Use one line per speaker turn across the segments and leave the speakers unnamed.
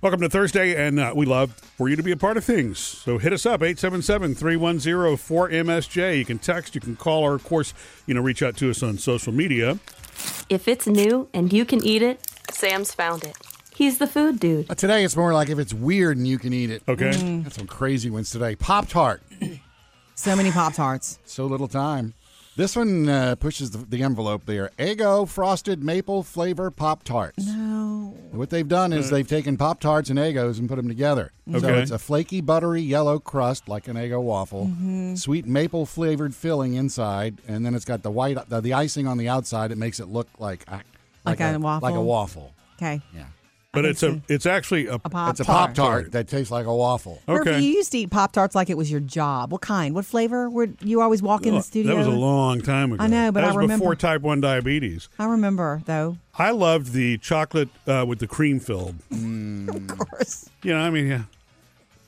Welcome to Thursday, and uh, we love for you to be a part of things. So hit us up, 877-310-4MSJ. You can text, you can call, or of course, you know, reach out to us on social media.
If it's new and you can eat it, Sam's found it. He's the food dude.
Uh, Today it's more like if it's weird and you can eat it.
Okay? Mm.
Got some crazy ones today. Pop Tart,
So many Pop Tarts.
so little time. This one uh, pushes the, the envelope there. Eggo frosted maple flavor Pop Tarts.
No.
What they've done is they've taken Pop Tarts and Eggos and put them together. So
Uh. Okay.
it's a flaky, buttery yellow crust like an Eggo waffle,
Mm-hmm.
sweet maple flavored filling inside, and then it's got the white, the, the icing on the outside. It makes it look like a-
Like a waffle.
like a waffle.
Okay.
Yeah,
But
can
it's a it's actually a,
A Pop
it's a Pop Tart that tastes like a waffle.
Murphy, you
okay.
used to eat Pop Tarts like it was your job. What kind? What flavor? Were you always walk in the studio?
That was a long time ago.
I know, but
that
I
was before
remember-
type one diabetes.
I remember though.
I loved the chocolate uh, with the cream filled.
Of course.
You know, I mean, yeah.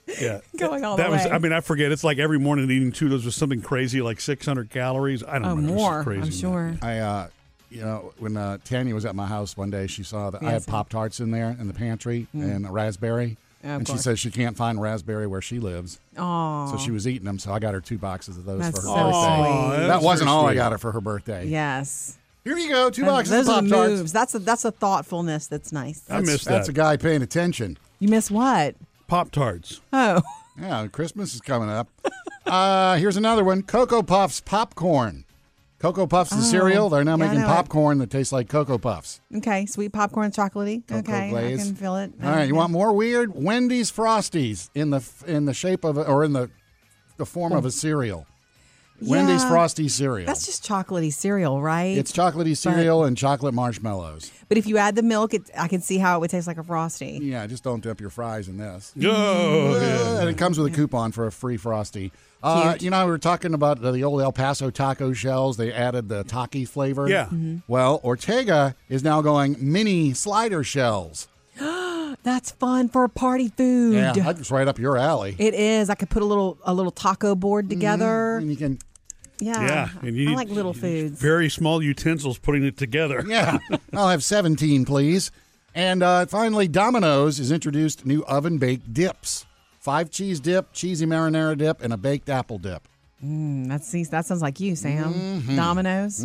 Yeah.
Going all
Mm. that
the
was,
way.
I mean, I forget. It's like every morning eating two of those was something crazy, like 600 calories. I don't
Oh,
know. It was
more.
crazy,
I'm
man.
sure.
I, uh, you know, when uh, Tanya was at my house one day, she saw that I had
Yes.
Pop Tarts in there in the pantry
Mm.
and a raspberry.
Yeah, of
and she
course.
says she can't find raspberry where she lives.
Oh.
So she was eating them. So I got her two boxes of those
That's
for her
so
birthday.
Aw,
sweet.
that
that's
wasn't
very
all I
sweet.
got her for her birthday.
Yes.
Here you go, two
Those-
boxes of
Those are
Pop
the
Tarts.
moves. That's a, that's a thoughtfulness. That's nice.
I missed that.
That's a guy paying attention.
You miss what?
Pop Tarts.
Oh,
Yeah, Christmas is coming up. uh, here's another one: Cocoa Puffs popcorn. Cocoa Puffs, the cereal. They're now
Oh. yeah, I
making
know it.
popcorn that tastes like Cocoa Puffs.
okay. Sweet popcorn, chocolatey.
Cocoa
okay,
glaze.
I can feel it.
All right, you want more weird? Wendy's Frosties in the in the shape of a, or in the the form of a cereal. Wendy's
Oh. Yeah.
Frosty cereal.
That's just chocolatey cereal, right?
it's chocolatey cereal and chocolate marshmallows.
but if you add the milk, it, I can see how it would taste like a frosty.
Yeah, just don't dip your fries in this.
Oh, yeah.
And it comes with a coupon for a free frosty. Uh,
Cute.
you know, we were talking about the, the old El Paso taco shells. They added the taki flavor.
Yeah.
Mm-hmm.
Well, Ortega is now going mini slider shells.
That's fun for a party food.
Yeah, that's right up your alley.
It is. I could put a little a little taco board together.
And you can,
Yeah.
Yeah.
I like little foods.
Very small utensils putting it together.
yeah, I'll have 17, please. And uh, finally, Domino's has introduced new oven baked dips five cheese dip, cheesy marinara dip, and a baked apple dip.
Mm, that seems that sounds like you, Sam. Domino's.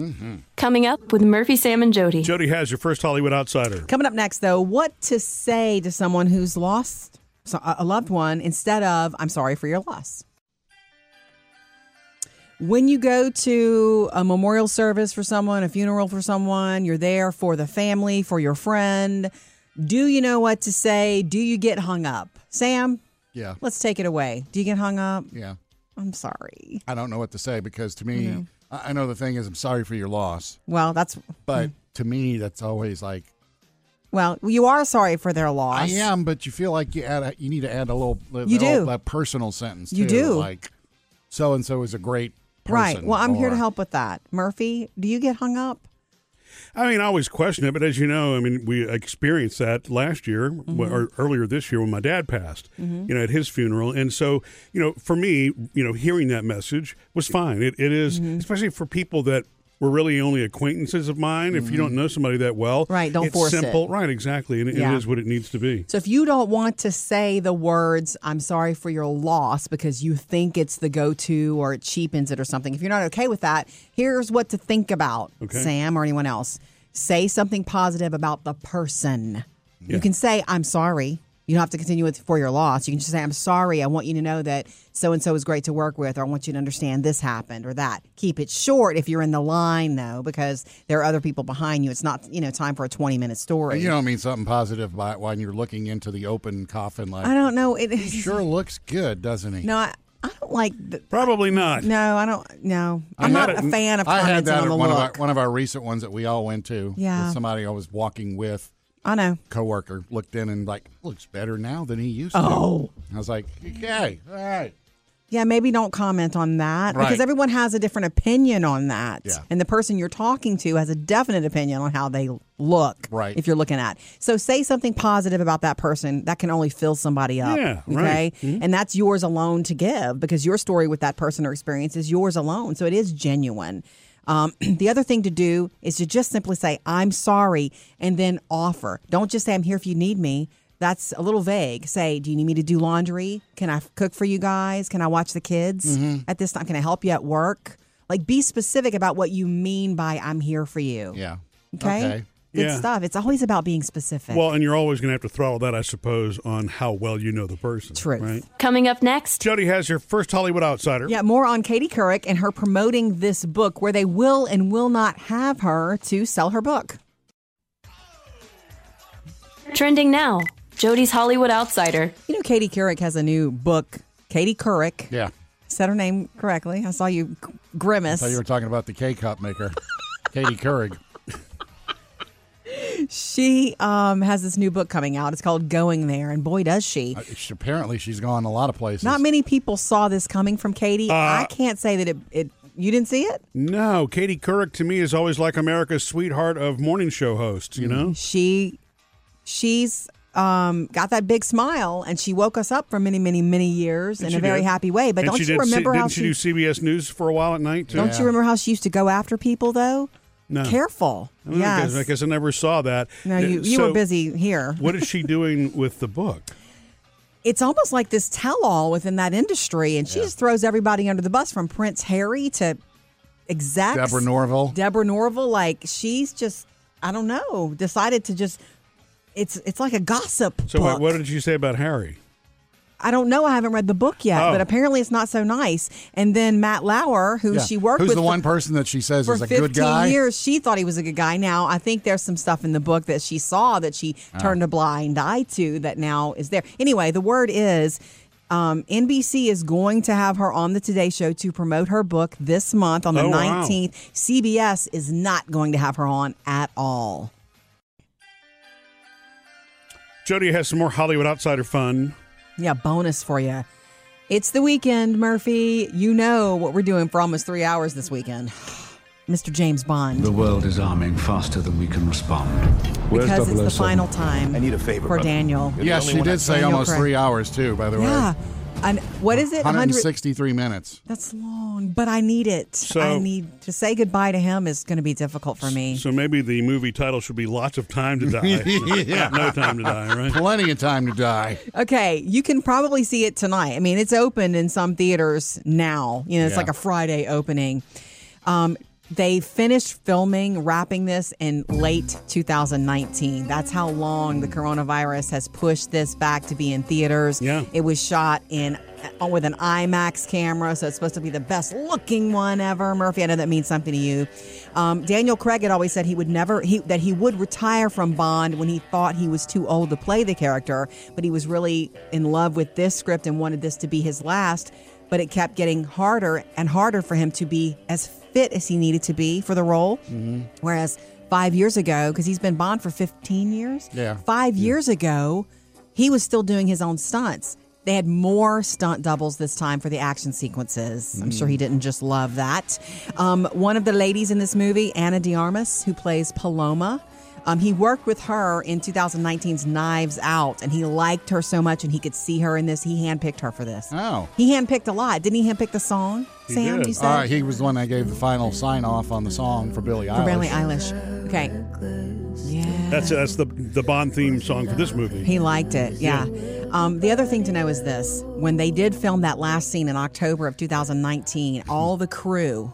Coming up with Murphy, Sam, and Jody.
Jody has your first Hollywood Outsider.
Coming up next, though, what to say to someone who's lost so- a a loved one instead of "I'm sorry for your loss." When you go to a memorial service for someone, a funeral for someone, you're there for the family, for your friend. Do you know what to say? Do you get hung up? Sam,
Yeah,
let's take it away. Do you get hung up?
yeah.
I'm sorry.
I don't know what to say because to me, I I know the thing is, I'm sorry for your loss.
Well, that's
But
Mm.
to me, that's always like
well, you are sorry for their loss.
I am, but you feel like you add a, you need to add a little a
You
little-
do.
a personal sentence.
You
too,
do.
like so and so is a great person.
Right. Well, I'm here to
or-
help with that. Murphy, do you get hung up?
I mean, I always question it, but as you know, I mean, we experienced that last year
Mm-hmm.
or earlier this year when my dad passed, you know, at his funeral. And so, you know, for me, you know, hearing that message was fine. It, it is-
Mm-hmm.
especially for people that were really only acquaintances of mine, if you don't know somebody that well.
Mm-hmm. Right, don't
it's
force it.
simple. Right, exactly. And it-
Yeah.
it is what it needs to be.
So if you don't want to say the words "I'm sorry for your loss" because you think it's the go-to or it cheapens it or something, if you're not okay with that, here's what to think about,
Okay.
Sam or anyone else. Say something positive about the person.
Yeah.
You can say "I'm sorry." You don't have to continue with for your loss. You can just say "I'm sorry." I want you to know that so and so is great to work with, or I want you to understand this happened or that. Keep it short if you're in the line though, because there are other people behind you. It's not you know time for a 20 minute story.
You don't mean something positive by when you're looking into the open coffin. Like
I don't know. It,
he sure looks good, doesn't he?
No, I, I don't like. The,
Probably not.
no, I don't. No,
I
I'm
had
not a
it-
fan of
I
commenting
had that
on
at
the
one
look.
of our one of our recent ones that we all went to.
Yeah.
with somebody I was walking with,
I know.
coworker looked in and like looks better now than he used
Oh.
to. I was like, okay, all right.
Yeah, maybe don't comment on that
Right.
because everyone has a different opinion on that,
Yeah.
and the person you're talking to has a definite opinion on how they look.
Right.
If you're looking at, so say something positive about that person that can only fill somebody up.
Yeah,
Okay.
right.
And that's yours alone to give because your story with that person or experience is yours alone. So it is genuine. Um, the other thing to do is to just simply say, I'm sorry, and then offer. Don't just say, I'm here if you need me. that's a little vague. Say, do you need me to do laundry? Can I f- cook for you guys? Can I watch the kids at this time? Can I help you at work? Like, be specific about what you mean by I'm here for you.
Yeah.
Okay. Good
Yeah.
stuff. It's always about being specific.
Well, and you're always going to have to throttle that, I suppose, on how well you know the person.
Truth.
Right?
Coming up next,
Jody has your first Hollywood outsider.
Yeah, more on Katie Couric and her promoting this book where they will and will not have her to sell her book.
trending now, Jody's Hollywood Outsider.
You know, Katie Couric has a new book. Katie Couric
Yeah.
said her name correctly. I saw you g- grimace.
So you were talking about the K cup maker, Katie Couric.
She um, has this new book coming out. It's called Going There, and boy, does she!
Uh, she- apparently, she's gone a lot of places.
Not many people saw this coming from Katie.
Uh,
I can't say that it, it. You didn't see it.
No, Katie Couric to me is always like America's sweetheart of morning show hosts,
Mm.
you know?
She, she's um, got that big smile, and she woke us up for many, many, many years in
she
a very
did.
happy way. But
And
don't
she
you
did C-
remember how
didn't she, do CBS News for a while at night? Too?
Don't
Yeah.
you remember how she used to go after people though?
No.
Careful.
I don't know, I guess-
yes.
I guess I never saw that.
no,
Uh,
you, you
so
were busy here.
what is she doing with the book?
It's almost like this tell-all within that industry, and she just throws everybody under the bus from Prince Harry to execs.
Deborah Norville.
Deborah Norville, like she's just, I don't know, decided to just. It's it's like a gossip.
So, wait,
book.
what did she say about Harry?
I don't know. I haven't read the book yet,
Oh.
but apparently it's not so nice. And then Matt Lauer, who
Yeah.
she worked
Who's
with
the
for-
one person that she says
for
is a
15
good guy?
years she thought he was a good guy now i think there's some stuff in the book that she saw that she
Ah.
turned a blind eye to that now is there anyway the word is um, NBC is going to have her on the Today Show to promote her book this month on the
Oh, wow.
19th. CBS is not going to have her on at all.
Jody has some more Hollywood outsider fun.
Yeah, bonus for you. It's the weekend, Murphy. You know what we're doing for almost three hours this weekend. Mr. James Bond.
The world is arming faster than we can respond.
because it's the final time
I need a favor,
for
brother.
Daniel.
Yes, she did say
Daniel
almost
Craig.
three hours, too, by the
Yeah.
way.
And what is it? 100
163 minutes.
That's long, but I need it. I
So-
need to say goodbye to him is going to be difficult for me.
So maybe the movie title should be "Lots of Time to Die."
Yeah.
Not No time to die, right?
Plenty of time to die.
okay, you can probably see it tonight. I mean, it's opened in some theaters now. You know, it's
Yeah.
like a Friday opening. Um, they finished filming, wrapping this in late 2019. That's how long the coronavirus has pushed this back to be in theaters.
Yeah.
It was shot in uh, with an IMAX camera, so it's supposed to be the best looking one ever. Murphy, I know that means something to you. Um, Daniel Craig had always said he would never he, that he would retire from Bond when he thought he was too old to play the character, but he was really in love with this script and wanted this to be his last. But it kept getting harder and harder for him to be as fit as he needed to be for the role. Whereas five years ago, because he's been Bond for 15 years,
Yeah.
five years ago, he was still doing his own stunts. They had more stunt doubles this time for the action sequences. I'm sure he
Hmm.
didn't just love that. Um, one of the ladies in this movie, Anna DiArmas, who plays Paloma, um, he worked with her in 2019's Knives Out, and he liked her so much, and he could see her in this. He handpicked her for this.
Oh.
He handpicked a lot. Didn't he handpick the song, Sam?
did.
You said?
All right, he was the one that gave the final sign off on the song for Billy
For
Eilish.
Billie Eilish. Okay. Yeah.
That's that's the the Bond theme song for this movie.
He liked it, yeah. Um, the other thing to know is this when they did film that last scene in October of 2019, all the crew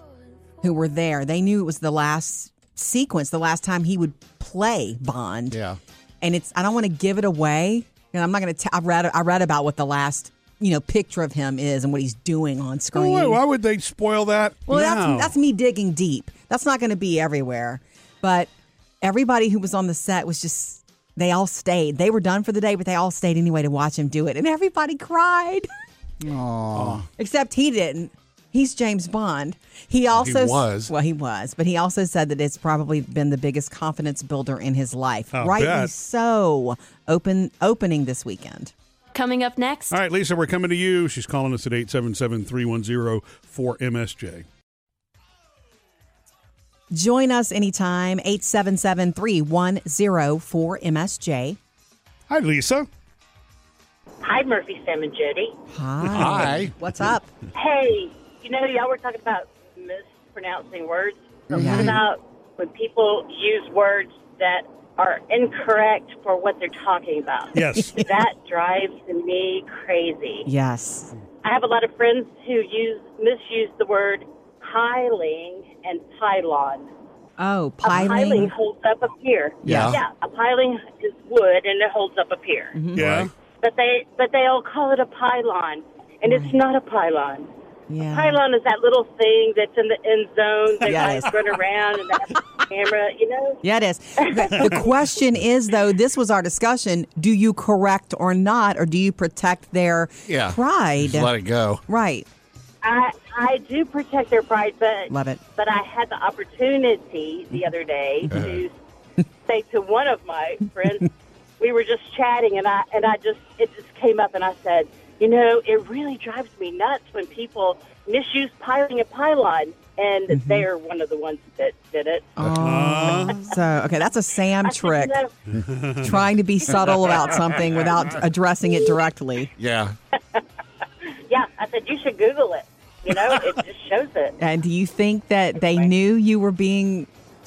who were there, they knew it was the last sequence, the last time he would play Bond.
Yeah.
And it's, I don't want to give it away. And I'm not going to, I read, I read about what the last, you know, picture of him is and what he's doing on screen.
Oh, wait, why would they spoil that?
Well,
now?
that's that's me digging deep. That's not going to be everywhere, but everybody who was on the set was just they all stayed. They were done for the day, but they all stayed anyway to watch him do it, and everybody cried. Except he didn't. He's James Bond. He also
was.
well, he was, but he also said that it's probably been the biggest confidence builder in his life.
I'll
Rightly
bet.
so. Open opening this weekend.
Coming up next,
All right, Lisa, we're coming to you. She's calling us at 877-310-4MSJ.
Join us anytime 877-310-4MSJ.
Hi, Lisa.
Hi, Murphy, Sam, and Jody.
Hi.
Hi.
What's up?
Hey, you know, y'all were talking about mispronouncing words.
Yeah.
What about when people use words that are incorrect for what they're talking about.
Yes.
That drives me crazy.
Yes.
I have a lot of friends who use misuse the word piling and pylon.
Oh,
A piling
piling.
holds up a pier.
Yeah.
Yeah. A piling is wood and it holds up a pier.
Mm-hmm.
yeah.
Right.
But they but they all call it a pylon. And it's not a pylon.
Yeah.
Pylon is that little thing that's in the end zone that
Yes.
guys run around and they have a camera, you know?
Yeah, it is. The the question is, though, this was our discussion: Do you correct or not, or do you protect their
Yeah.
pride?
Just let it go.
Right.
I I do protect their pride, but
Love it. Mm-hmm.
But I had the opportunity the other day to say to one of my friends, we were just chatting, and I and I just it just came up, and I said, you know, it really drives me nuts when people misuse piling and pylon, and
Mm-hmm.
they're one of the ones that did it.
Uh-huh.
So, okay, that's a Sam
I
Oh,
said,
trick:
"You know,
trying to be subtle about something without addressing it directly.
Yeah.
yeah, I said you should Google it. You know, it just shows it.
And do you think that they knew you were being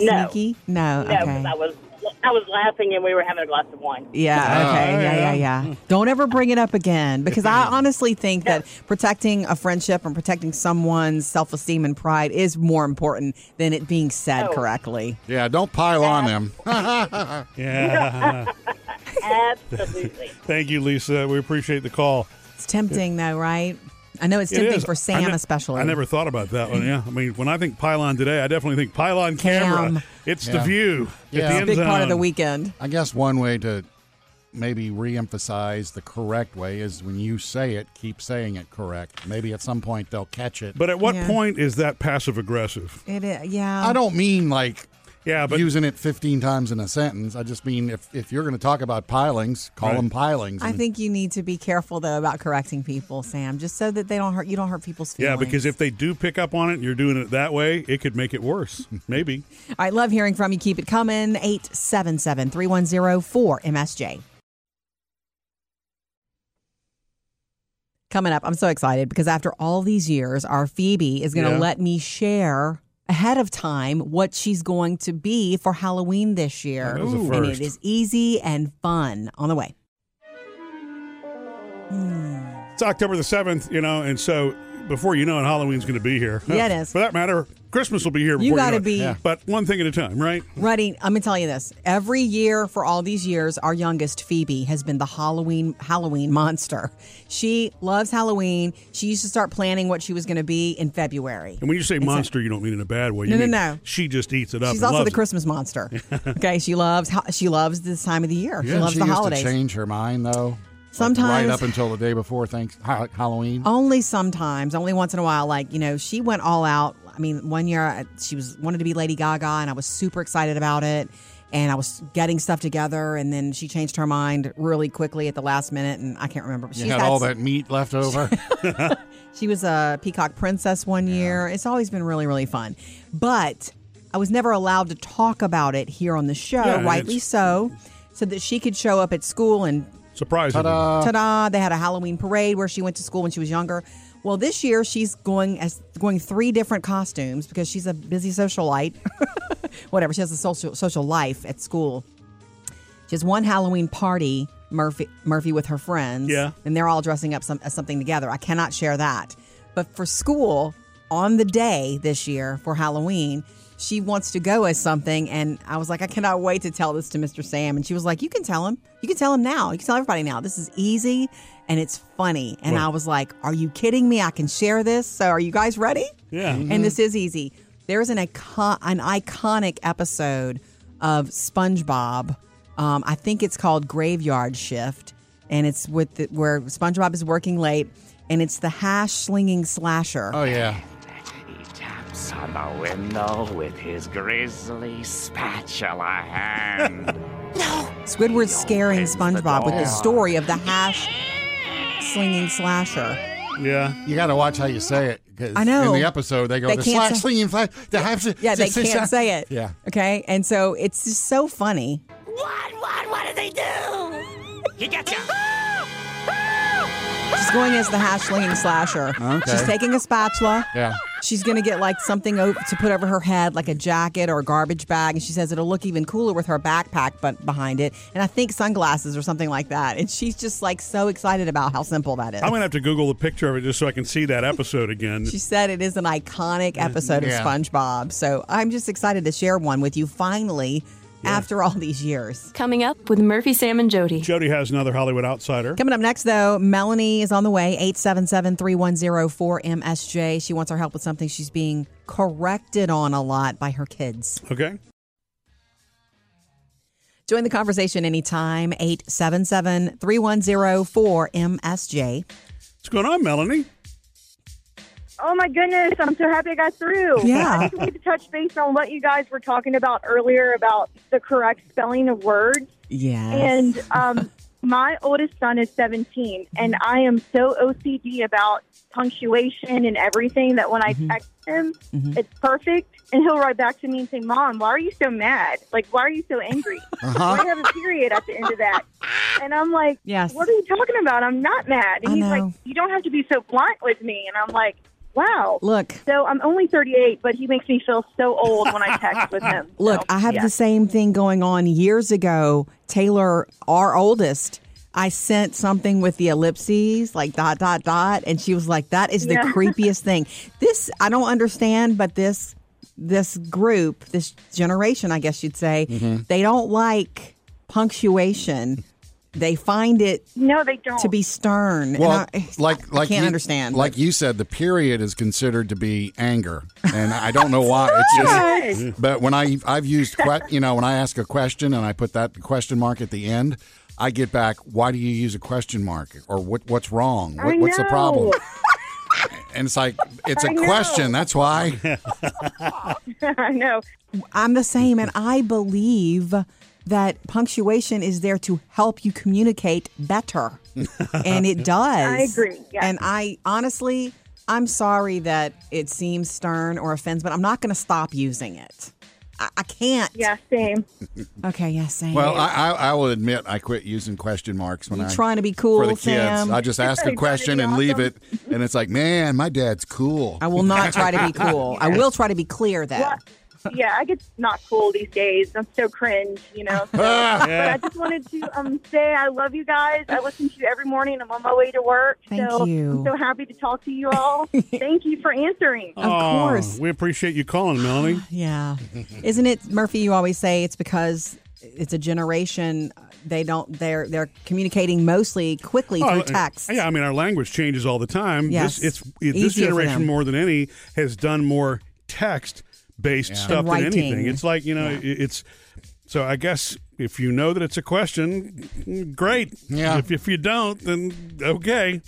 No.
sneaky? No.
No, 'cause
okay.
I was I was laughing, and we were having a glass of wine.
Yeah. Okay.
Oh,
yeah.
yeah.
Yeah. Yeah. Don't ever bring it up again because I honestly think that protecting a friendship and protecting someone's self esteem and pride is more important than it being said
Oh.
correctly.
Yeah. Don't pile on them.
Yeah.
Absolutely.
Thank you, Lisa. We appreciate the call.
It's tempting, though, right? I know it's
It
tempting
is.
for
I
Sam,
ne-
especially.
I never thought about that one. Yeah, I mean, when I think pylon today, I definitely think pylon camera.
Cam.
It's the
Yeah.
view. at
Yeah.
the
It's
It's a
end
big part of the
zone.
weekend.
I guess one way to maybe re-emphasize the correct way is when you say it, keep saying it correct. Maybe at some point they'll catch it.
But at what
Yeah.
point is that passive aggressive?
It is. Yeah.
I don't mean like
Yeah, but
using it 15 times in a sentence. I just mean if, if you're going to talk about pilings, call
Right.
them pilings.
I
And-
think you need to be careful though about correcting people, Sam, just so that they don't hurt you don't hurt people's
yeah,
feelings.
because if they do pick up on it and you're doing it that way, it could make it worse. Maybe.
I love hearing from you. Keep it coming. 877-310-4MSJ. Coming up, I'm so excited because after all these years, our Phoebe is going to
Yeah.
let me share ahead of time what she's going to be for Halloween this year.
That was a
And
first.
it is easy and fun on the way.
It's October the 7th, you know, and so before you know it, Halloween's going to be here.
Yeah, it is.
For that matter, Christmas will be here before
You
you
got
know
to
it.
be
Yeah.
But one thing at a time, right?
Ready, I'm gonna tell you this. Every year for all these years, our youngest Phoebe has been the Halloween Halloween monster. She loves Halloween. She used to start planning what she was gonna be in February.
And when you say monster, you don't mean in a bad way. You
No, no,
mean
no.
She just eats it up.
She's
and
also
loves
the
it.
Christmas monster. okay, she loves ho- she loves this time of the year. she
Didn't
loves
she
the
used
holidays.
to change her mind though. Like,
Sometimes- Oh,
right up until the day before thanks Ha- Halloween.
Only sometimes, only once in a while. Like, you know, she went all out. I mean, one year I- she was wanted to be Lady Gaga, and I was super excited about it. And I was getting stuff together, and then she changed her mind really quickly at the last minute, and I can't remember. But
you
she's
had
had
all
s-
that meat left over.
She was a peacock princess one year. It's always been really, really fun. But I was never allowed to talk about it here on the show,
Yeah,
rightly
it's-
so, so that she could show up at school and
Surprise. everyone.
Ta-da.
ta-da they had a halloween parade where she went to school when she was younger well this year she's going as going three different costumes because she's a busy socialite whatever she has a social social life at school she has one halloween party murphy murphy with her friends
Yeah.
and they're all dressing up some, as something together i cannot share that but for school on the day this year for halloween she wants to go as something and i was like i cannot wait to tell this to mr sam and she was like you can tell him you can tell him now you can tell everybody now this is easy and it's funny and i was like are you kidding me i can share this so are you guys ready
Yeah.
Mm-hmm.
and this is easy. There is an icon- an iconic episode of SpongeBob. Um, I think it's called Graveyard Shift, and it's with the, where SpongeBob is working late, and it's the hash slinging slasher.
Oh yeah.
He taps on the window with his grisly spatula hand.
Squidward's scaring
opens the
SpongeBob with the
door.
story of the hash slinging slasher.
yeah.
You got to watch how you say it. 'cause
I know.
In the episode, they go
They
the
can't
slash
say-
slinging flash. They have to,
Yeah, they
to- to-
can't say it.
Yeah.
Okay, and so it's just so funny.
What? What? What did they do? Ah! He gets you.
She's going as the hash slinging slasher.
Okay.
She's taking a spatula.
Yeah.
She's going to get like something o- to put over her head, like a jacket or a garbage bag. And she says it'll look even cooler with her backpack but behind it. And I think sunglasses or something like that. And she's just like so excited about how simple that is.
I'm gonna have to Google the picture of it just so I can see that episode again.
she said it is an iconic episode
Yeah.
of SpongeBob. So I'm just excited to share one with you finally after all these years.
Coming up with Murphy, Sam, and Jody.
Jody has another Hollywood outsider.
Coming up next, though, Melanie is on the way, 877 310 4MSJ. She wants our help with something she's being corrected on a lot by her kids.
Okay.
Join the conversation anytime, 877 310 4MSJ.
What's going on, Melanie?
Oh my goodness, I'm so happy I got through.
Yeah.
I think we touched base on what you guys were talking about earlier about the correct spelling of words.
Yes.
And um, my oldest son is 17, and I am so OCD about punctuation and everything that when I
Mm-hmm.
text him, it's perfect. And he'll write back to me and say, Mom, why are you so mad? Like, why are you so angry?
Uh-huh.
Why do you have a period at the end of that? And I'm like,
Yes.
What are you talking about? I'm not mad. And
I
he's
know.
like, You don't have to be so blunt with me. And I'm like, Wow.
Look.
So I'm only 38, but he makes me feel so old when I text with him.
Look,
So,
I have
yeah.
the same thing going on years ago. Taylor, our oldest, I sent something with the ellipses, like dot, dot, dot. And she was like, that is the
Yeah.
creepiest thing. This, I don't understand, but this, this group, this generation, I guess you'd say,
Mm-hmm.
they don't like punctuation. They find it
No, they don't.
to be stern. And
Well,
I,
like, like
I can't
you,
understand.
Like you said, the period is considered to be anger, and I don't know why. It's just. But when I I've used que- you know when I ask a question and I put that question mark at the end, I get back. Why do you use a question mark? Or what what's wrong?
I
What, what's the
know.
problem? And it's like it's a
I know.
question. That's why.
I know.
I'm the same, and
Mm-hmm.
I believe that punctuation is there to help you communicate better, and it does.
I agree, yes.
And I honestly, I'm sorry that it seems stern or offends, but I'm not going to stop using it. I, I can't.
Yeah, same.
Okay. Yes. Yeah, same.
Well, I, I I will admit I quit using question marks when
You
I
trying to be cool,
for the kids.
Sam?
I just ask a
You're trying to
question
be
and leave
awesome.
it, and it's like, man, my dad's cool.
I will not try to be cool. I will try to be clear, though.
Well, yeah, I get not cool these days. I'm so cringe, you know. So, But I just wanted to um, say I love you guys. I listen to you every morning. I'm on my way to work.
Thank
so
you.
I'm so happy to talk to you all. Thank you for answering.
Oh,
Of course.
we appreciate you calling, Melanie.
Yeah. Isn't it Murphy you always say it's because it's a generation uh, they don't they're they're communicating mostly quickly
Oh,
through text.
Yeah, I mean our language changes all the time.
Yes.
This, it's it, this
Easier for
generation
them.
more than any has done more text based stuff than
Writing.
anything. It's like you know it, it's so I guess if you know that it's a question, great.
Yeah.
If, if you don't, then okay.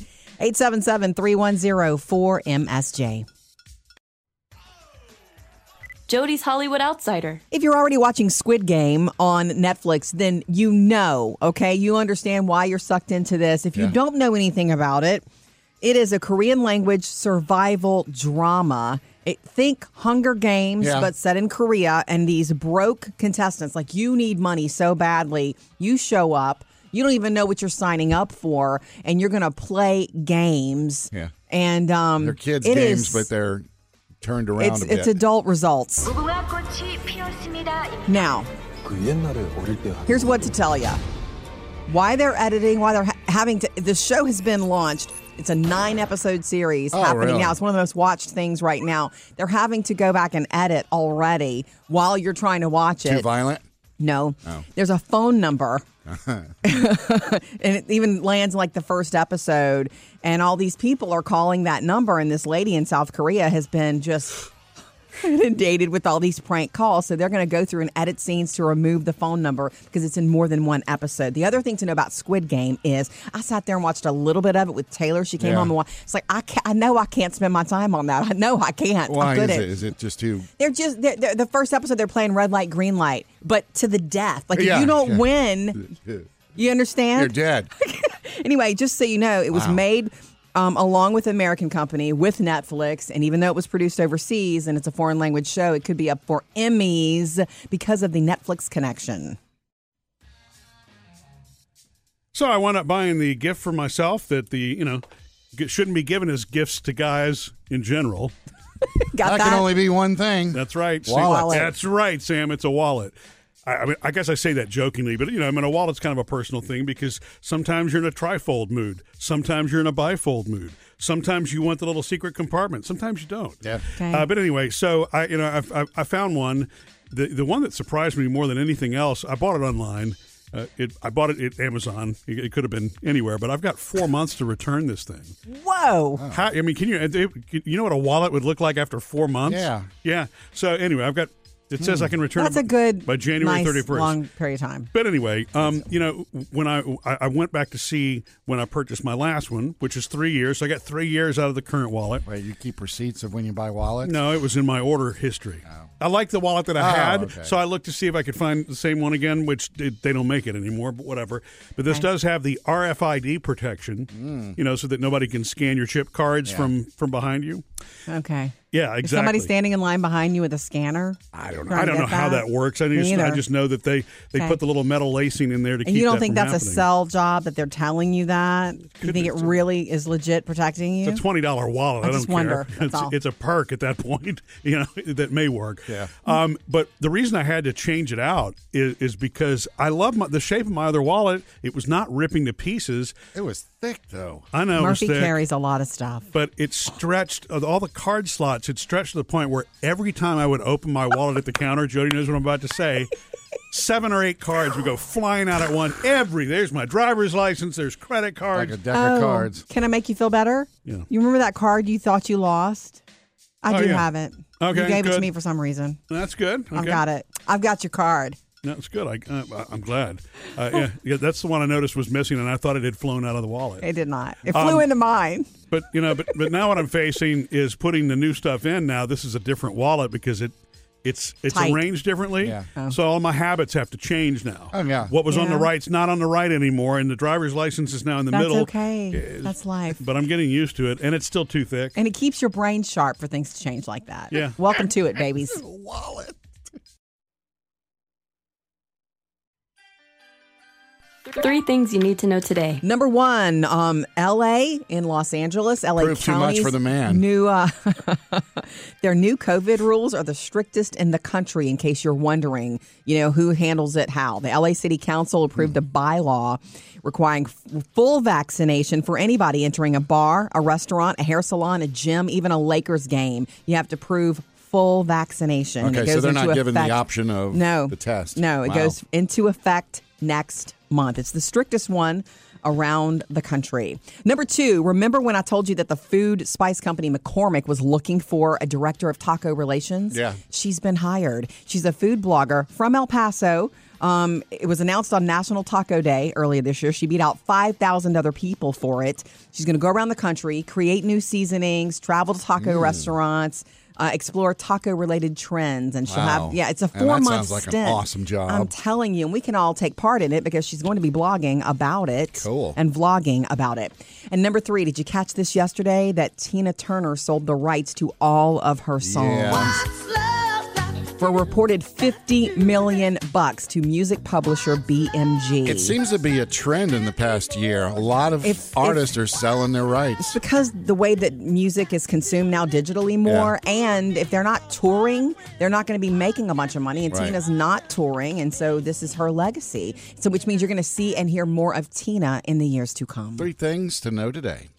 877-310-4MSJ.
Jody's Hollywood Outsider.
If you're already watching Squid Game on Netflix, then you know, okay? You understand why you're sucked into this. If you don't know anything about it, it is a Korean language survival drama. It, think Hunger Games,
Yeah.
but set in Korea, and these broke contestants, like you need money so badly, you show up, you don't even know what you're signing up for, and you're gonna play games.
Yeah.
And um,
They're kids'
it
games,
is-
but they're turned around
it's
a bit.
it's adult results. Now, here's what to tell you. Why they're editing, why they're ha- having to. The show has been launched. It's a nine episode series
Oh,
happening
really?
now. It's one of the most watched things right now. They're having to go back and edit already while you're trying to watch
Too
it.
violent?
No.
Oh.
There's a phone number. and it even lands in, like the first episode. And all these people are calling that number. And this lady in South Korea has been just inundated with all these prank calls. So they're going to go through and edit scenes to remove the phone number because it's in more than one episode. The other thing to know about Squid Game is I sat there and watched a little bit of it with Taylor. She came
Yeah.
home and watched. It's like, I, ca I know I can't spend my time on that. I know I can't.
Why
I
is
couldn't
it? Is it just too?
they're just they're, they're, the first episode they're playing red light green light but to the death like if
Yeah,
you don't
yeah.
win you understand
You're dead.
anyway just so you know it was
Wow.
made um, along with american company with netflix and even though it was produced overseas and it's a foreign language show it could be up for emmys because of the netflix connection
So I wound up buying the gift for myself that the you know g- shouldn't be given as gifts to guys in general.
Got
that
that?
can only be one thing.
That's right. Sam.
Wallet.
Wallet.
That's right, Sam. It's a wallet. I, I mean, I guess I say that jokingly, but you know, I mean, a wallet's kind of a personal thing because sometimes you're in a trifold mood, sometimes you're in a bifold mood, sometimes you want the little secret compartment, sometimes you don't.
Yeah.
Okay.
Uh, but anyway, so I, you know, I, I, I found one. The the one that surprised me more than anything else. I bought it online. Uh, it I bought it at Amazon. It, it could have been anywhere, but I've got four months to return this thing.
Whoa.
How, I mean, can you it- you know what a wallet would look like after four months?
Yeah.
yeah. So anyway, I've got it says I can return.
That's
it
a good
by January
nice,
thirty first.
long period of time.
but anyway, um, you know, when I I I went back to see when I purchased my last one, which is three years, so I got three years out of the current wallet.
Wait, you keep receipts of when you buy wallets?
No, it was in my order history. I liked the wallet that I
Oh,
had,
okay.
so I looked to see if I could find the same one again, which it, they don't make it anymore, but whatever. But this does have the RFID protection,
Mm.
you know, so that nobody can scan your chip cards from from behind you.
Okay.
Yeah,
Is
exactly.
somebody standing in line behind you with a scanner?
I don't know. I
trying to
don't know
get
how
that?
that works. I
Me
just I
either.
just know that they they
Okay.
put the little metal lacing in there to
And
keep.
you don't
that
think
from
that's a
happening.
sell job that they're telling you that? you think it really is legit protecting you?
It's a twenty dollar wallet. I,
I just
don't care.
wonder, that's
It's,
all.
it's a perk at that point. You know that may work. Yeah. Um, but the reason I had to change it out is, is because I love my, the shape of my other wallet. It was not ripping to pieces.
It was thick, though.
I know
Murphy
it was thick,
carries a lot of stuff.
but it stretched of all the card slots. It stretched to the point where every time I would open my wallet at the counter, Jody knows what I'm about to say. Seven or eight cards would go flying out at one. Every there's my driver's license. There's credit
Like
cards.
a deck of cards.
Oh, Can I make you feel better?
Yeah.
You remember that card you thought you lost? I
Oh,
do
yeah.
have it.
Okay,
You gave it
good.
to me for some reason.
That's good. Okay.
I've got it. I've got your card.
That's good. I, uh, I'm glad. Uh, yeah, yeah, that's the one I noticed was missing, and I thought it had flown out of the wallet.
It did not. It
Um,
flew into mine.
But you know, but but now what I'm facing is putting the new stuff in. Now this is a different wallet because it. It's it's
Tight. Oh.
arranged differently,
Yeah.
so all my habits have to change now.
Oh, yeah.
what was on the
Yeah.
right's not on the right anymore, and the driver's license is now in the
That's
middle.
okay. That's life.
But I'm getting used to it, and it's still too thick.
And it keeps your brain sharp for things to change like that.
Yeah.
Welcome to it, babies.
Wallet.
Three things you need to know today.
Number one, um, L.A. in Los Angeles, L.A.
Prove too much
County's
for the man.
New, uh, their new COVID rules are the strictest in the country. In case you're wondering, you know who handles it, how the L.A. City Council approved a bylaw requiring f- full vaccination for anybody entering a bar, a restaurant, a hair salon, a gym, even a Lakers game. You have to prove full vaccination. and it
Okay, so
goes
they're not
into
given the
effect-
option of
no
the test.
No, it
Wow.
goes into effect next month. It's the strictest one around the country. Number two, remember when I told you that the food spice company McCormick was looking for a director of taco relations?
Yeah.
She's been hired. She's a food blogger from El Paso. Um, it was announced on National Taco Day earlier this year. She beat out 5,000 other people for it. She's going to go around the country, create new seasonings, travel to
Mm.
taco restaurants, uh, explore taco related trends. And she'll
Wow.
have, yeah, it's a
And that
four month
sounds like an
stint.
awesome job.
I'm telling you, and we can all take part in it because she's going to be blogging about it
Cool.
and vlogging about it. And number three, did you catch this yesterday? That Tina Turner sold the rights to all of her songs
Yeah.
for a reported 50 million bucks to music publisher BMG.
It seems to be a trend in the past year. A lot of
If- if-
artists are selling their rights.
because the way that music is consumed now digitally more, and if they're not touring, they're not going to be making a bunch of money. And
Right.
Tina's not touring, and so this is her legacy. So, which means you're going to see and hear more of Tina in the years to come.
Three things to know today.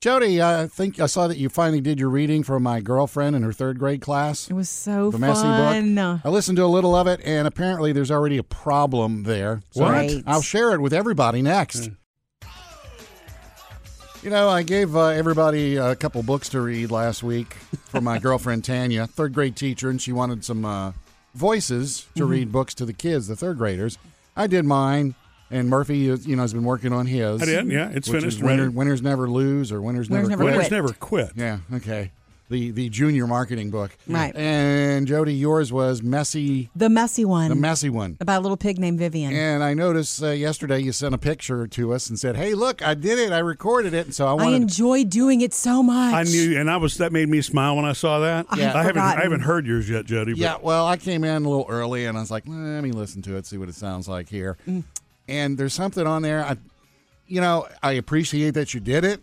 Jody, I think I saw that you finally did your reading for my girlfriend in her third grade class.
It was so
the messy
fun.
book. I listened to a little of it, and apparently there's already a problem there. So
What?
I'll- I'll share it with everybody
Hmm.
next. You know, I gave uh, everybody a couple books to read last week for my girlfriend Tanya, third grade teacher, and she wanted some uh, voices to
Mm-hmm.
read books to the kids, the third graders. I did mine, and Murphy, you you know, has been working on his.
I did, yeah. It's
which is
finished,
Winner,
ready.
winners never lose, or winners,
Winners
never
Never
quit.
Winners
quit.
never quit.
Yeah. Okay. The the junior marketing book.
Right.
And Jody, yours was messy,
The messy one.
the messy one.
about a little pig named Vivian.
And I noticed uh, yesterday you sent a picture to us and said, "Hey, look, I did it. I recorded it." And so I
I
wanted.
enjoy doing it so much.
I knew, and I was that made me smile when I saw that.
I had
I haven't I
forgotten.
haven't heard yours yet, Jody. But
yeah. Well, I came in a little early and I was like, "Let me listen to it, see what it sounds like here."
Mm.
And there's something on there. I, you know, I appreciate that you did it,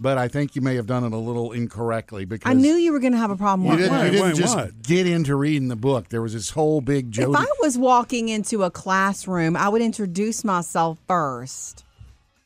but I think you may have done it a little incorrectly because
I knew you were going to have a problem
you
with
didn't,
Why?
you didn't
Why?
just
Why?
get into reading the book. There was this whole big
If
Jody.
I was walking into a classroom, I would introduce myself first.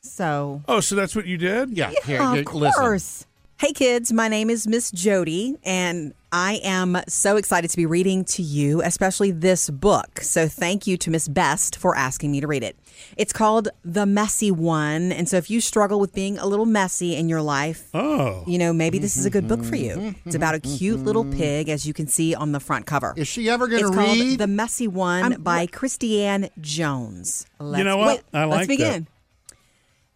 So,
Oh, so that's what you did?
yeah, here,
of
here, listen.
course. Hey, kids, my name is Miss Jody, and I am so excited to be reading to you, especially this book. So, thank you to Miss Best for asking me to read it. It's called The Messy One. And so, if you struggle with being a little messy in your life,
Oh, Mm-hmm.
you know, maybe this is a good book for you. It's about a cute little pig, as you can see on the front cover.
Is she ever
It's
going to
called
read?
The Messy One
I'm-
by Christiane Jones.
you know what? I like
Let's begin.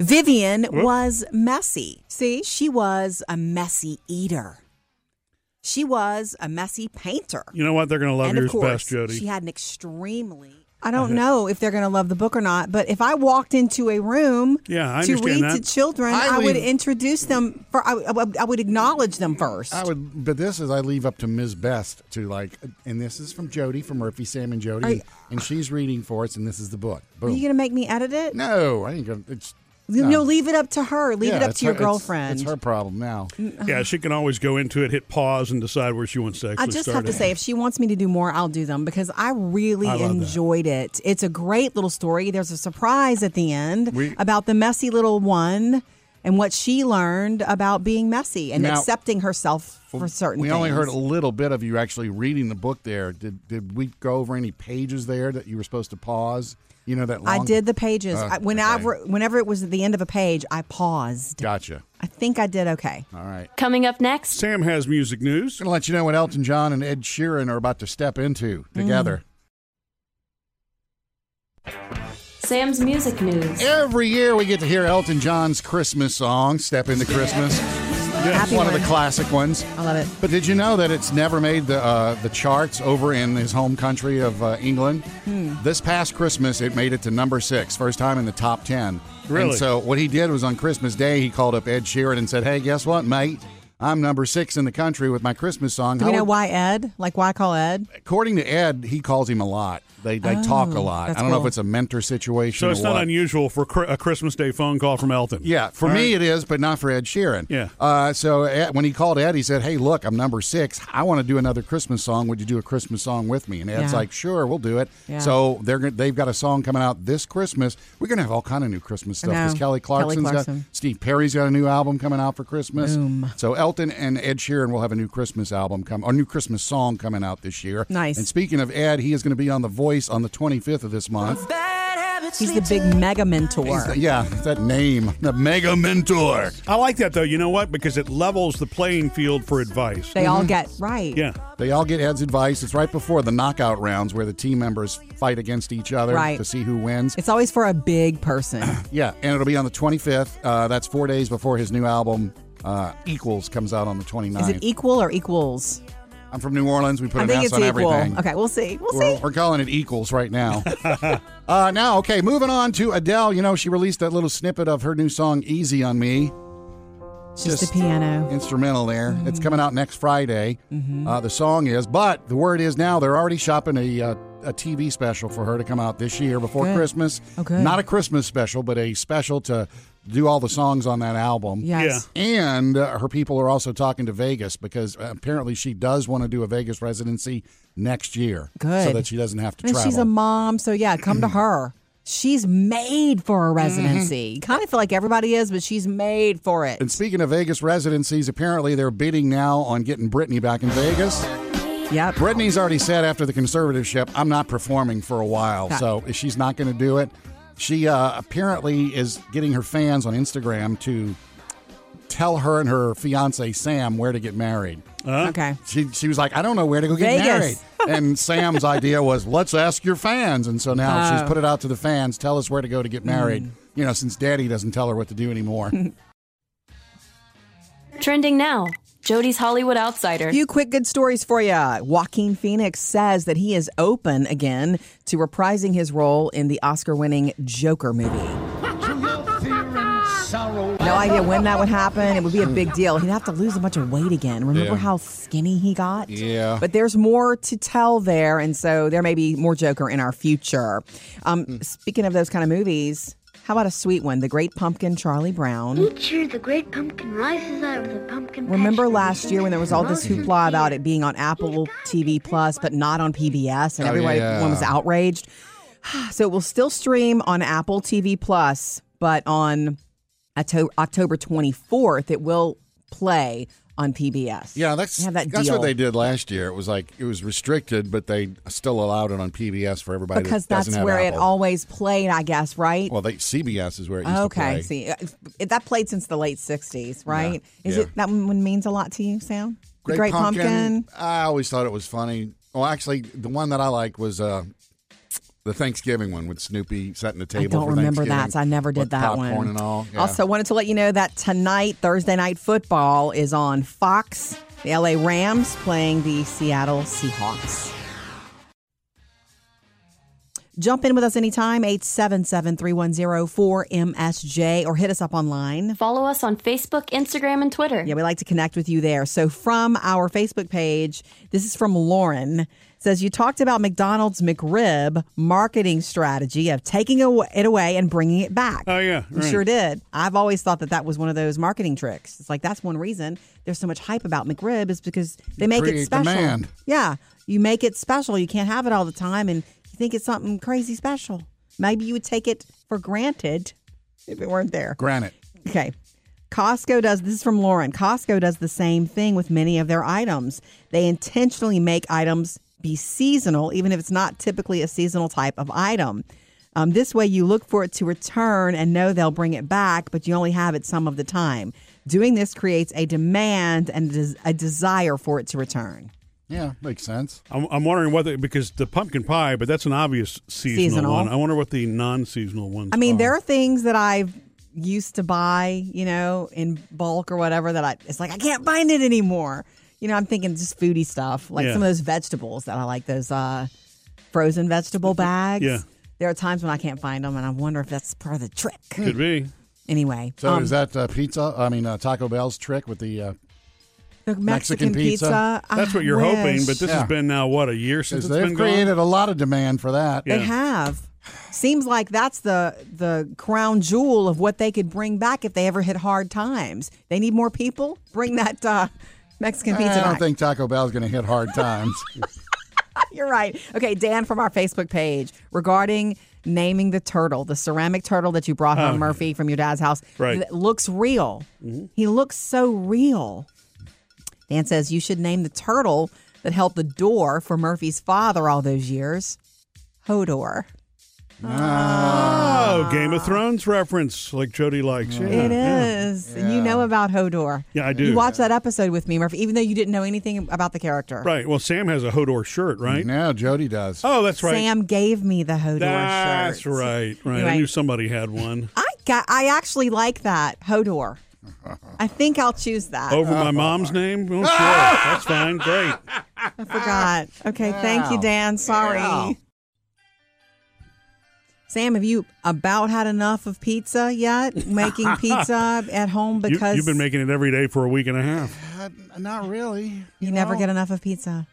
Vivian was messy.
See?
She was a messy eater. She was a messy painter.
that. You know what? They're going to love
and of
yours
course,
best, Jody.
she had an extremely
I don't know if they're going to love the book or not, but if I walked into a room
Yeah, I
to read
understand
to
that.
children,
I
I, would
leave-
introduce them. For I, would- I would acknowledge them first.
I would, but this is I leave up to Ms. Best to like, and this is from Jody from Murphy Sam and Jody, and, she's reading for us, and this is the book.
Are
Boom.
you going to make me edit it?
no, I ain't gonna. It's
No.
no.
leave it up to her. Leave
yeah,
it up
it's
to your
her- it's-
girlfriend. Mm,
It's, her problem now.
yeah, she can always go into it, hit pause, and decide where she wants to actually
I just
start
have to
it.
say, if she wants me to do more, I'll do them because I really
I love that.
enjoyed it. It's a great little story. There's a surprise at the end about the messy little one and what she learned about being messy and
Now-
accepting herself for certain
we
things.
only heard a little bit of you actually reading the book. There, did did we go over any pages there that you were supposed to pause? You know that. Long,
I did the pages.
Oh,
I, when I
okay.
re- whenever it was at the end of a page, I paused.
Gotcha.
I think I did okay.
All right.
Coming up next,
Sam has music news.
Just gonna let you know what Elton John and Ed Sheeran are about to step into together.
Sam's music
Mm.
news.
Every year we get to hear Elton John's Christmas song, "Step Into Christmas." It's
Happy
one of the
one.
classic ones.
I love it.
But did you know that it's never made the uh, the charts over in his home country of uh, England?
Hmm.
This past Christmas, it made it to number six, first time in the top ten.
Really?
And so what he did was on Christmas Day, he called up Ed Sheeran and said, "Hey, guess what, mate? I'm number six in the country with my Christmas song."
Do we
How
know
would-
why Ed? Like why call Ed?
According to Ed, he calls him a lot. They they talk a lot. I
Oh, that's
don't know if
cool.
it's a mentor situation.
So it's
or
not
what.
unusual for cri- a Christmas Day phone call from Elton.
Yeah, for
All
me
right.
it is, but not for Ed Sheeran.
Yeah.
Uh, so Ed, when he called Ed, he said, "Hey, look, I'm number six. I want to do another Christmas song. Would you do a Christmas song with me?" And Ed's
Yeah.
like, "Sure, we'll do it."
Yeah.
So they're gon- they've got a song coming out this Christmas. We're gonna have all kind of new Christmas stuff.
I know.
Because Kelly
Kelly
Clarkson's
Clarkson.
got Steve Perry's got a new album coming out for Christmas. So Elton and Ed Sheeran will have a new Christmas album come or new Christmas song coming out this year.
Nice.
And speaking of Ed, he is going to be on The Voice on the 25th of this month.
He's the big mega mentor.
Yeah, that name, the Mega Mentor.
I like that though. You know what? Because it levels the playing field for advice.
They
Mm-hmm.
all get right.
yeah.
They all get Ed's advice. It's right before the knockout rounds where the team members fight against each other
Right.
to see who wins.
It's always for a big person.
yeah, and it'll be on the 25th. Uh, that's four days before his new album, uh, Equals, comes out on the 29th.
Is it equal or equals?
I'm from New Orleans. We put
I
an
think
S
it's
on
equal.
everything.
Okay, we'll see. We'll
We're,
see.
we're calling it Equals right now. uh, now, okay, moving on to Adele. You know, she released that little snippet of her new song, Easy on Me.
It's just, the piano.
instrumental there. It's
Mm-hmm.
coming out next Friday. Uh, the song is, but the word is now they're already shopping a uh, a TV special for her to come out this year before
Good.
Christmas.
Oh, good.
Not a Christmas special, but a special to do all the songs on that album.
Yes.
And uh, her people are also talking to Vegas because apparently she does want to do a Vegas residency next year, so
Good.
that she doesn't have to
And
travel.
she's a mom, so yeah, come to her. She's made for
Mm-hmm.
a residency. Kind of feel like everybody is, but she's made for it.
and speaking of Vegas residencies, apparently they're bidding now on getting Britney back in Vegas.
yep.
Brittany's already said after the conservatorship, I'm not performing for a while,
Okay.
so if she's not going to do it. She uh, apparently is getting her fans on Instagram to tell her and her fiance Sam where to get married.
okay.
She, she was like, I don't know where to go get
Vegas.
married. And Sam's idea was, let's ask your fans. And so now she's put it out to the fans, tell us where to go to get married. You know, since daddy doesn't tell her what to do anymore.
Trending now, Jody's Hollywood Outsider.
A few quick good stories for you. Joaquin Phoenix says that he is open again to reprising his role in the Oscar winning Joker movie. No idea when that would happen. It would be a big deal. He'd have to lose a bunch of weight again. Remember
Yeah.
how skinny he got?
Yeah.
But there's more to tell
Hmm.
there, and so there may be more Joker in our future. Um, Speaking of those kind of movies, How about a sweet one? The Great Pumpkin, Charlie Brown.
Each year, the great pumpkin rises out of the pumpkin. patch
Remember
to
last year when there was all this hoopla about it being on Apple TV Plus, but not on PBS, and
Oh,
everybody
yeah.
everyone was outraged. So it will still stream on Apple TV Plus, but on Octo- October 24th, it will play on PBS.
Yeah, that's
They have that
that's
deal.
what they did last year. It was like it was restricted, but they still allowed it on PBS for everybody
because
that
that's
doesn't have
where it
Apple.
always played, I guess, right?
Well, they, CBS is where it used
okay,
to play.
see, uh, it, that played since the late '60s, right? Is
yeah.
it that one means a lot to you, Sam? The
I always thought it was funny. Well, actually, the one that I liked was uh, the Thanksgiving one with Snoopy setting the
I
table. for
don't remember
Thanksgiving
that. So I never did
with
that
popcorn
one.
and all. Yeah.
Also, wanted to let you know that tonight, Thursday night football is on Fox. The LA Rams playing the Seattle Seahawks. Jump in with us anytime, 877 310 4MSJ, or hit us up online.
Follow us on Facebook, Instagram, and Twitter.
Yeah, we like to connect with you there. So from our Facebook page, this is from Lauren. It Says you talked about McDonald's McRib marketing strategy of taking aw- it away and bringing it back.
Oh, yeah,
you
right.
sure did. I've always thought that that was one of those marketing tricks. It's like that's one reason there's so much hype about McRib is because they make it
create
special.
demand.
Yeah, you make it special. You can't have it all the time, and you think it's something crazy special. Maybe you would take it for granted if it weren't there.
Granite.
Okay. Costco does this is from Lauren. Costco does the same thing with many of their items. They intentionally make items be seasonal, even if it's not typically a seasonal type of item. Um, this way, you look for it to return and know they'll bring it back, but you only have it some of the time. Doing this creates a demand and a des- a desire for it to return.
Yeah, makes sense.
I'm, I'm wondering whether because the pumpkin pie, but that's an obvious seasonal,
Seasonal.
one. I wonder what the non-seasonal ones.
I mean,
are.
there are things that I've used to buy, you know, in bulk or whatever that I it's like I can't find it anymore. You know, I'm thinking just foodie stuff, like
Yeah.
some of those vegetables that I like those uh frozen vegetable bags.
Mm-hmm. Yeah.
There are times when I can't find them and I wonder if that's part of the trick.
could be.
Anyway,
So
um,
is that uh, pizza? I mean, uh, Taco Bell's trick with the uh,
the Mexican,
Mexican pizza?
I
That's what you're hoping, but
wish.
this
Yeah.
has been now what a year since
is
it's
they've
been gone?
created a lot of demand for that.
Yeah.
They have. Seems like that's the the crown jewel of what they could bring back if they ever hit hard times. They need more people. Bring that uh, Mexican pizza.
I don't
back.
think Taco Bell's going to hit hard times.
You're right. Okay, Dan from our Facebook page regarding naming the turtle, the ceramic turtle that you brought home, Murphy, from your dad's house.
Oh. Right. Mm-hmm.
that looks real. He looks so real. Dan says you should name the turtle that held the door for Murphy's father all those years, Hodor.
Uh,
Oh, Game of Thrones reference, like Jody likes. Yeah,
Ah. It
yeah.
is. And you know about Hodor.
Yeah, I do.
You watched that episode with me, Murphy, even though you didn't know anything about the character.
Right. Well, Sam has a Hodor shirt, right?
now Jody does.
Oh, that's right.
Sam gave me the Hodor
that's
shirt.
right. Right. I
Right.
knew somebody had one.
I got, I actually like that Hodor. I think I'll choose that.
Over my mom's name? Well, sure. That's fine. Great.
I forgot. Okay, thank you,
Wow.
Dan. Sorry.
Wow.
Sam, have you about had enough of pizza yet? Making pizza at home
You,
because
you've been making it every day for a week and a half.
Uh, not really. You,
you never
know?
get enough of pizza.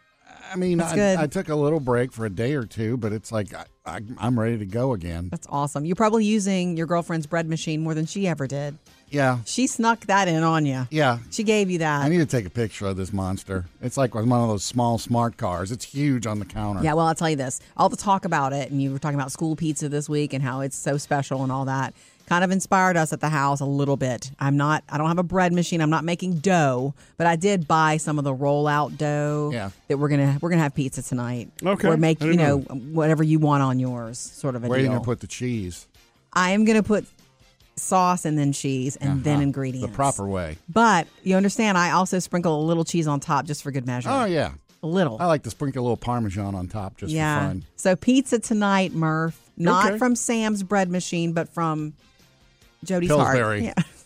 I mean,
That's
I,
good.
I took a little break for a day or two, but it's like I, I, I'm ready to go again.
That's awesome. You're probably using your girlfriend's bread machine more than she ever did.
Yeah,
She snuck that in on you.
yeah.
She gave you
I
that.
need to take a picture of this monster. It's like one of those small smart cars. It's huge on the counter.
Yeah, well, I'll tell you this. All the talk about it, and you were talking about school pizza this week and how it's so special and all that, kind of inspired us at the house a little bit. I'm not, I don't have a bread machine. I'm not making dough, but I did buy some of the rollout dough
Yeah.
that we're gonna we're gonna have pizza tonight.
Okay.
or make
I
you
didn't
know
know.
whatever you want on yours, sort of a
Where are you
deal.
going to put the cheese?
I am gonna put sauce and then cheese and then ingredients.
Uh-huh. The proper way.
But you understand, I also sprinkle a little cheese on top just for good measure.
Oh, yeah.
A little.
I like to sprinkle a little Parmesan on top just for
yeah.
fun.
So pizza tonight, Murph. Not
Okay.
from Sam's bread machine, but from Jody's
Pillsbury.
heart. Yeah.